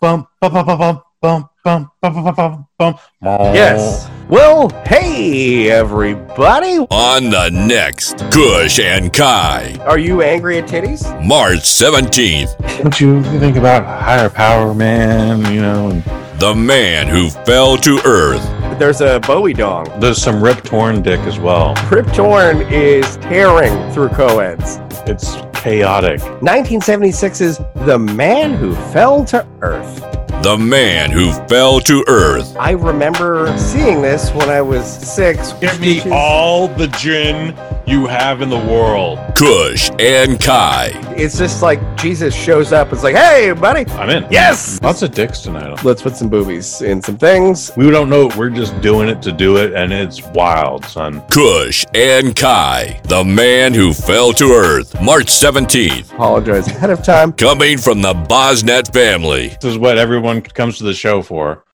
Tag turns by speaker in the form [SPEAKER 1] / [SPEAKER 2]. [SPEAKER 1] bum bum bum bum bum bum bum bum bum bum bum.
[SPEAKER 2] Yes.
[SPEAKER 3] Well, hey, everybody.
[SPEAKER 4] On the next Kush and Kai,
[SPEAKER 2] Are you angry at titties?
[SPEAKER 4] March 17th,
[SPEAKER 1] What you think about higher power, man? You know, and
[SPEAKER 4] the man who fell to earth.
[SPEAKER 2] There's a Bowie dong.
[SPEAKER 1] there's some Rip Torn dick as well.
[SPEAKER 2] Riptorn is tearing through co-eds.
[SPEAKER 1] It's chaotic.
[SPEAKER 2] 1976's The Man Who Fell to Earth.
[SPEAKER 4] The man who fell to earth.
[SPEAKER 2] I remember seeing this when I was six.
[SPEAKER 1] Give me
[SPEAKER 2] Stitches-
[SPEAKER 1] all the gin you have in the world.
[SPEAKER 4] Kush and Kai.
[SPEAKER 2] It's just like Jesus shows up. It's like, hey, buddy.
[SPEAKER 1] I'm in.
[SPEAKER 2] Yes.
[SPEAKER 1] Lots of dicks tonight.
[SPEAKER 2] Let's put some boobies in some things.
[SPEAKER 1] We don't know. We're just doing it to do it, and it's wild, son.
[SPEAKER 4] Kush and Kai. The man who fell to earth. March 17th.
[SPEAKER 2] Apologize ahead of time.
[SPEAKER 4] Coming from the Bosnet family.
[SPEAKER 1] This is what everyone comes to the show for.